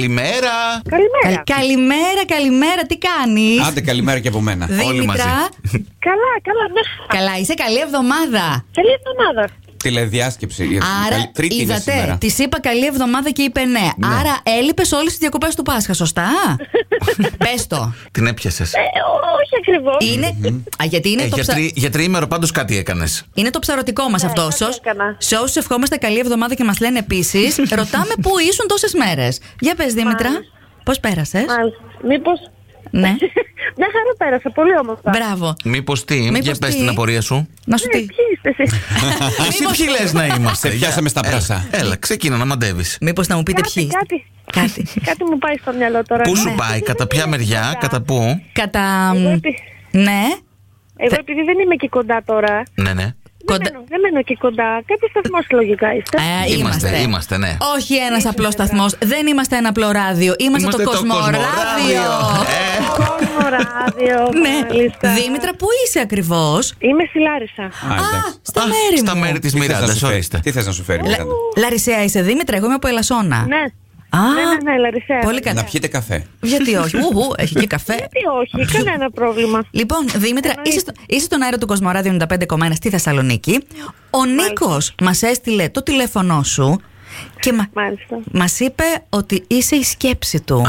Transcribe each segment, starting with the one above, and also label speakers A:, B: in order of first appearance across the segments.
A: Καλημέρα.
B: Καλημέρα.
C: Κα- Καλημέρα, καλημέρα, τι κάνεις.
D: Άντε, καλημέρα και από μένα.
A: Όλοι μαζί.
B: Καλά, καλά, μέσα.
C: Καλά, είσαι καλή εβδομάδα.
B: Καλή εβδομάδα.
D: Τηλεδιάσκεψη. η
C: Άρα,
D: καλή- Τρίτη είναι σήμερα.
C: είδατε, της είπα καλή εβδομάδα και είπε ναι. Άρα, έλειπες όλες τις διακοπές του Πάσχα, σωστά. Πες το.
A: Την έπιασες.
B: Ε, ό, όχι ακριβώς.
C: Είναι. Α, γιατί είναι
A: Ε,
C: το,
A: για,
C: ψα...
A: τρι, για τριήμερο πάντως κάτι έκανες.
C: είναι το ψαρωτικό μας αυτό.
B: κάτι
C: Σε όσ-
B: Ναι, έκανα.
C: Σε όσου ευχόμαστε καλή εβδομάδα και μας λένε επίσης, ρωτάμε πού ήσουν τόσες μέρες. Για πες, Δήμητρα, πώς πέρασες.
B: Μάλιστα. Μήπως.
C: Ναι.
B: Μια χαρά πέρασα, πολύ όμορφα.
C: Μπράβο.
A: Μήπως τι,
C: Μήπως
A: για πες
C: τι?
A: την απορία σου.
C: Να σου
B: Ε,
C: τι.
B: ποιοι είστε εσείς.
A: Εσύ ποιοι λες να είμαστε.
D: Σε πιάσαμε στα
A: Έλα,
D: πράσα.
A: Έλα, ξεκίνα να μαντεύεις.
C: Μήπως να μου πείτε
B: κάτι,
C: ποιοι. είστε.
B: κάτι,
C: Κάτι.
B: κάτι μου πάει στο μυαλό τώρα.
A: Πού
B: Ναι.
A: σου πάει, κατά ποια μεριά, κατά πού.
C: Κατά.
B: Εγώ επει-
C: Ναι.
B: Εγώ επειδή δεν είμαι και κοντά τώρα.
A: Ναι, ναι.
B: Δεν,
C: Κοντα-
B: μένω, δεν μένω και κοντά. Κάτι σταθμός λογικά είστε.
C: Ε,
A: Είμαστε, είμαστε, ναι.
C: Όχι ένας απλό σταθμός. Δεν είμαστε ένα απλό ράδιο. Είμαστε,
A: Είμαστε το
C: το κοσμοράδιο.
A: Κοσμοράδιο. Ε.
B: Κόσμο, ράδιο,
C: ναι.
B: μάλιστα.
C: Δήμητρα, πού είσαι ακριβώς.
B: Είμαι στη Λάρισα.
D: Α,
C: Α,
D: εντάξει.
C: στα
A: Α,
C: μέρη μου.
A: Στα μέρη
D: Τι
A: τη
D: θες να
A: Μιράντα,
D: σου φέρει,
A: ορίστε.
D: Τι θες να σου φέρει, Μιράντα?
C: Λαρισαία είσαι Δήμητρα, εγώ είμαι από Ελασσόνα.
B: Ναι.
C: Α,
B: Ναι, ναι, ναι, Λαρισαία.
C: Πολύ
D: Να
C: καλά.
D: πιείτε καφέ.
C: Γιατί όχι. Ουχου, έχει και καφέ.
B: Τι όχι, κανένα πρόβλημα.
C: Λοιπόν, Δήμητρα, είσαι, στο, είσαι στον αέρα του Κοσμοράδιο 95,1 στη Θεσσαλονίκη. Ο Νίκος μας έστειλε το τηλέφωνό σου και μα,
B: Μάλιστα.
C: μας είπε ότι είσαι η σκέψη του.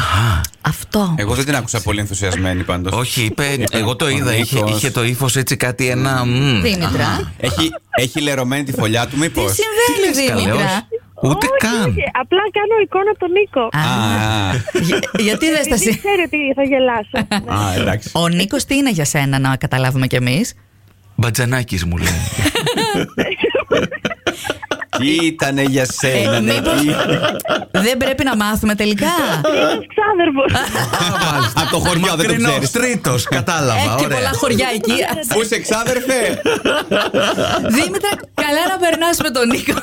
C: Αυτό.
D: Εγώ δεν την άκουσα πολύ ενθουσιασμένη πάντως.
A: Όχι, είπε, εγώ το είδα. Είχε,
D: Νίκος.
A: είχε το ύφος έτσι κάτι ένα. μμ.
C: Δήμητρα.
D: Έχει, έχει λερωμένη τη φωλιά του, μήπως.
C: Τι
A: Τι λες,
C: συμβαίνει,
A: καλέ,
C: Δήμητρα.
A: όχι. Ούτε
B: όχι,
A: καν.
B: όχι, απλά κάνω εικόνα από τον Νίκο.
C: Α, για- γιατί δεν στα
B: Επειδή
C: συ-
B: ξέρει ότι θα γελάσω.
D: Α, εντάξει.
C: Ο Νίκος τι είναι για σένα, να καταλάβουμε κι εμείς.
A: Μπατζανάκης μου λέει.
D: Τι ήταν για
C: Ε,
D: σένα, ναι, τι-
C: δεν πρέπει να μάθουμε τελικά.
B: Ένας ξάδερφος.
D: Από το χωριό δεν το ξέρεις.
A: Τρίτος, κατάλαβα.
C: Έχει και
A: Ωραία.
C: πολλά χωριά εκεί.
D: Πού είσαι, ξάδερφε!
C: Δήμητρα, καλά να περνάς με τον Νίκο.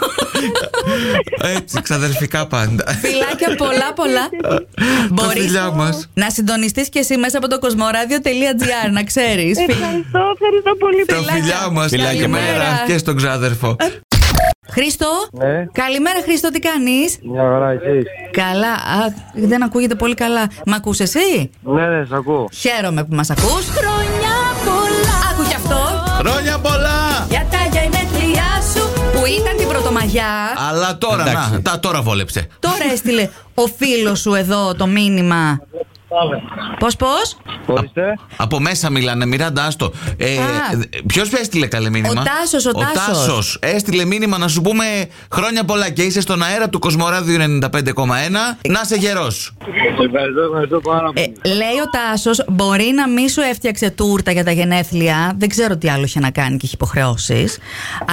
A: Έτσι, ξαδερφικά πάντα.
C: Φιλάκια πολλά πολλά.
A: Τα
C: Μπορείς
A: φιλιά μας.
C: να συντονιστείς και εσύ μέσα από το κοσμοράδιο.gr, να ξέρεις.
A: Ναι.
B: Ευχαριστώ, ευχαριστώ πολύ.
A: Τα φιλιά μας.
D: Φιλάκια.
C: Καλημέρα.
A: Και στον ξάδερφο.
C: Χρήστο,
E: Ναι.
C: καλημέρα Χρήστο, τι κάνεις.
E: Μια χαρά εσείς.
C: Καλά, α, δεν ακούγεται πολύ καλά. Μ' ακούς εσύ?
E: Ναι, ναι, σ' ακούω.
C: Χαίρομαι που μας ακούς. Χρόνια πολλά. Άκου κι αυτό.
A: Χρόνια πολλά!
C: Για τα γενέθλιά σου που ήταν την Πρωτομαγιά.
A: Αλλά τώρα,
D: Εντάξει.
A: να, τα τώρα βόλεψε.
C: Τώρα έστειλε ο φίλος σου εδώ το μήνυμα. Πώς πώς?
E: Ορίστε.
A: Από μέσα μιλάνε, Μιράντα, άστο. Ε,
C: Α.
A: Ποιος έστειλε καλέ μήνυμα.
C: Ο Τάσος, ο Τάσος.
A: Τάσος. Έστειλε μήνυμα να σου πούμε χρόνια πολλά και είσαι στον αέρα του Κοσμοράδιου 95,1. Να είσαι γερός.
E: Ευχαριστώ, ευχαριστώ πάρα
C: Ε, λέει ο Τάσος μπορεί να μη σου έφτιαξε τούρτα για τα γενέθλια. Δεν ξέρω τι άλλο είχε να κάνει και είχε υποχρεώσεις.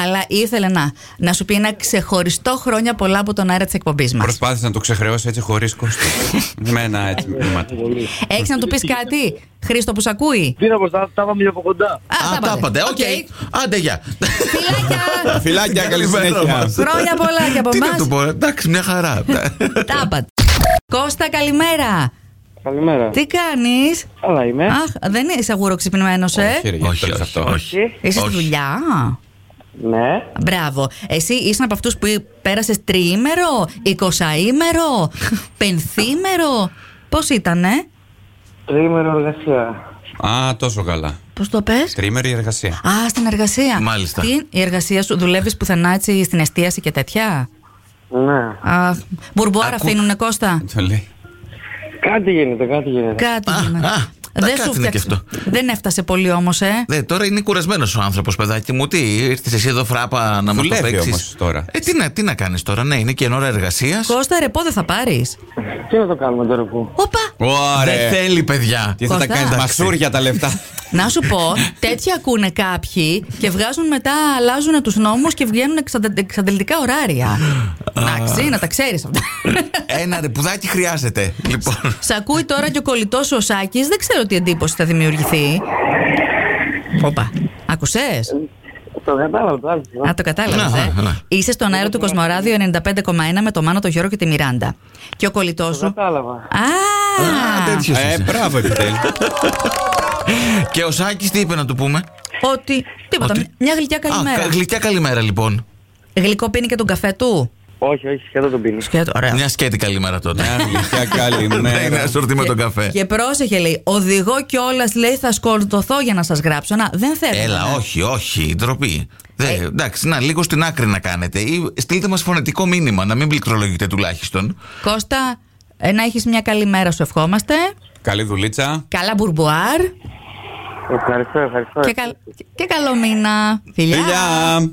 C: Αλλά ήθελε να, να σου πει ένα ξεχωριστό χρόνια πολλά από τον αέρα της εκπομπής μας.
D: Προσπάθησε να το ξεχρεώσει έτσι χωρίς κόστος. Με ένα έτσι μήνυμα.
E: πολύ.
C: Έχεις να του πεις κάτι, Χρήστο που σ' ακούει.
E: Τι να πω, τα τα είπαμε από κοντά.
C: Α, τα είπατε.
A: Οκ. Άντε, γεια.
C: Φιλάκια!
D: Φιλάκια, καλή συνέχεια.
C: Χρόνια πολλά και από
A: Τι να του
C: εμά.
A: πω, εντάξει, μια χαρά.
C: Τα είπατε. Κώστα, καλημέρα.
E: Καλημέρα.
C: Τι κάνεις.
E: Καλά είμαι.
C: Αχ, δεν είσαι αγουροξυπνημένος, ε.
D: Χαίρε, γιατί το
A: Ε? όχι,
D: λες
A: όχι,
D: αυτό.
A: όχι.
C: Είσαι στη
A: όχι.
C: δουλειά.
E: Ναι.
C: Μπράβο. Εσύ ήσουν από αυτούς που πέρασες τριήμερο, εικοσαήμερο, πενθήμερο. Πώς ήτανε,
E: Τρίμερο εργασία.
D: Α, τόσο καλά.
C: Πώς το πες.
D: Τρίμερη εργασία.
C: Α, στην εργασία.
A: Μάλιστα.
C: Τι, η εργασία σου, δουλεύεις πουθενά έτσι στην εστίαση και τέτοια.
E: Ναι.
C: Αχ, μπουρμπουάρα
A: Ακού-
C: αφήνουνε Κώστα.
D: Το λέει.
E: Κάτι γίνεται, κάτι γίνεται.
C: Κάτι
A: Α,
C: γίνεται.
A: α,
C: Δεν
A: κάτι
C: σου
A: είναι και
C: φτιάξε.
A: αυτό.
C: Δεν έφτασε πολύ όμως, ε.
A: Ναι, τώρα είναι κουρασμένος ο άνθρωπος, παιδάκι μου. Τι, ήρθες εσύ εδώ φράπα να μας το
D: Δουλεύει
A: παίξεις.
D: όμως τώρα.
A: Ε, τι να, τι να κάνεις τώρα, ναι, είναι και εν ώρα εργασίας.
C: Κώστα, ρεπό δεν θα πάρεις.
E: Τι να το κάνουμε τώρα που.
C: Όπα!
A: Δεν
D: Ωραία.
A: θέλει, παιδιά.
D: Τι θα τα
C: Κοντά.
D: κάνει,
C: Εντάξει.
D: μασούρια τα λεφτά.
C: Να σου πω, τέτοια ακούνε κάποιοι και βγάζουν μετά, αλλάζουν τους νόμους και βγαίνουν εξαντε- εξαντλητικά ωράρια. Εντάξει, να τα ξέρεις αυτά.
A: Ένα ρεπουδάκι χρειάζεται. Λοιπόν.
C: Σ' ακούει τώρα και ο κολλητός ο Σάκης, δεν ξέρω τι εντύπωση θα δημιουργηθεί. Όπα. Ακουσέ.
E: Το κατάλαβα, το άκουσα.
A: Ναι.
C: Α, το κατάλαβες.
A: Να,
C: Ε.
A: να.
C: Είσαι στον αέρα του Κοσμοράδιο 95,1 με το Μάνο, το Γιώργο και τη Μιράντα. Και ο κολλητός
E: Το
C: σου.
E: κατάλαβα.
C: Α!
A: Α, τέτοιος
D: Ε,
A: είσαι.
D: μπράβο επιτέλους.
A: Και ο Σάκης τι είπε να του πούμε.
C: Ότι. Τίποτα.
A: Ότι-
C: Μια γλυκιά καλημέρα.
A: Α, κα- γλυκιά καλημέρα, λοιπόν.
C: Γλυκό πίνει και τον καφέ του.
E: Όχι, όχι, σχεδόν τον πίνει.
C: Σκέτο, ωραία.
A: Μια σκέτη καλημέρα τότε.
D: Ε. Μια καλή
A: Δεν είναι
D: μέρα.
A: ασορτή με τον καφέ.
C: Και πρόσεχε, λέει. Οδηγώ κιόλας, λέει, θα σκορτωθώ για να σας γράψω. Να, δεν θέλω.
A: Έλα, όχι, όχι, ντροπή.
C: Ε.
A: Δε, εντάξει, να λίγο στην άκρη να κάνετε. Ή στείλτε μας φωνετικό μήνυμα, να μην πληκτρολογείτε τουλάχιστον.
C: Κώστα, ε, να έχεις μια καλή μέρα, σου ευχόμαστε.
D: Καλή δουλίτσα.
C: Καλά μπουρμπουάρ.
E: Ευχαριστώ, ευχαριστώ.
C: Και, καλ- και καλό μήνα. Φιλιά.
D: Φιλιά.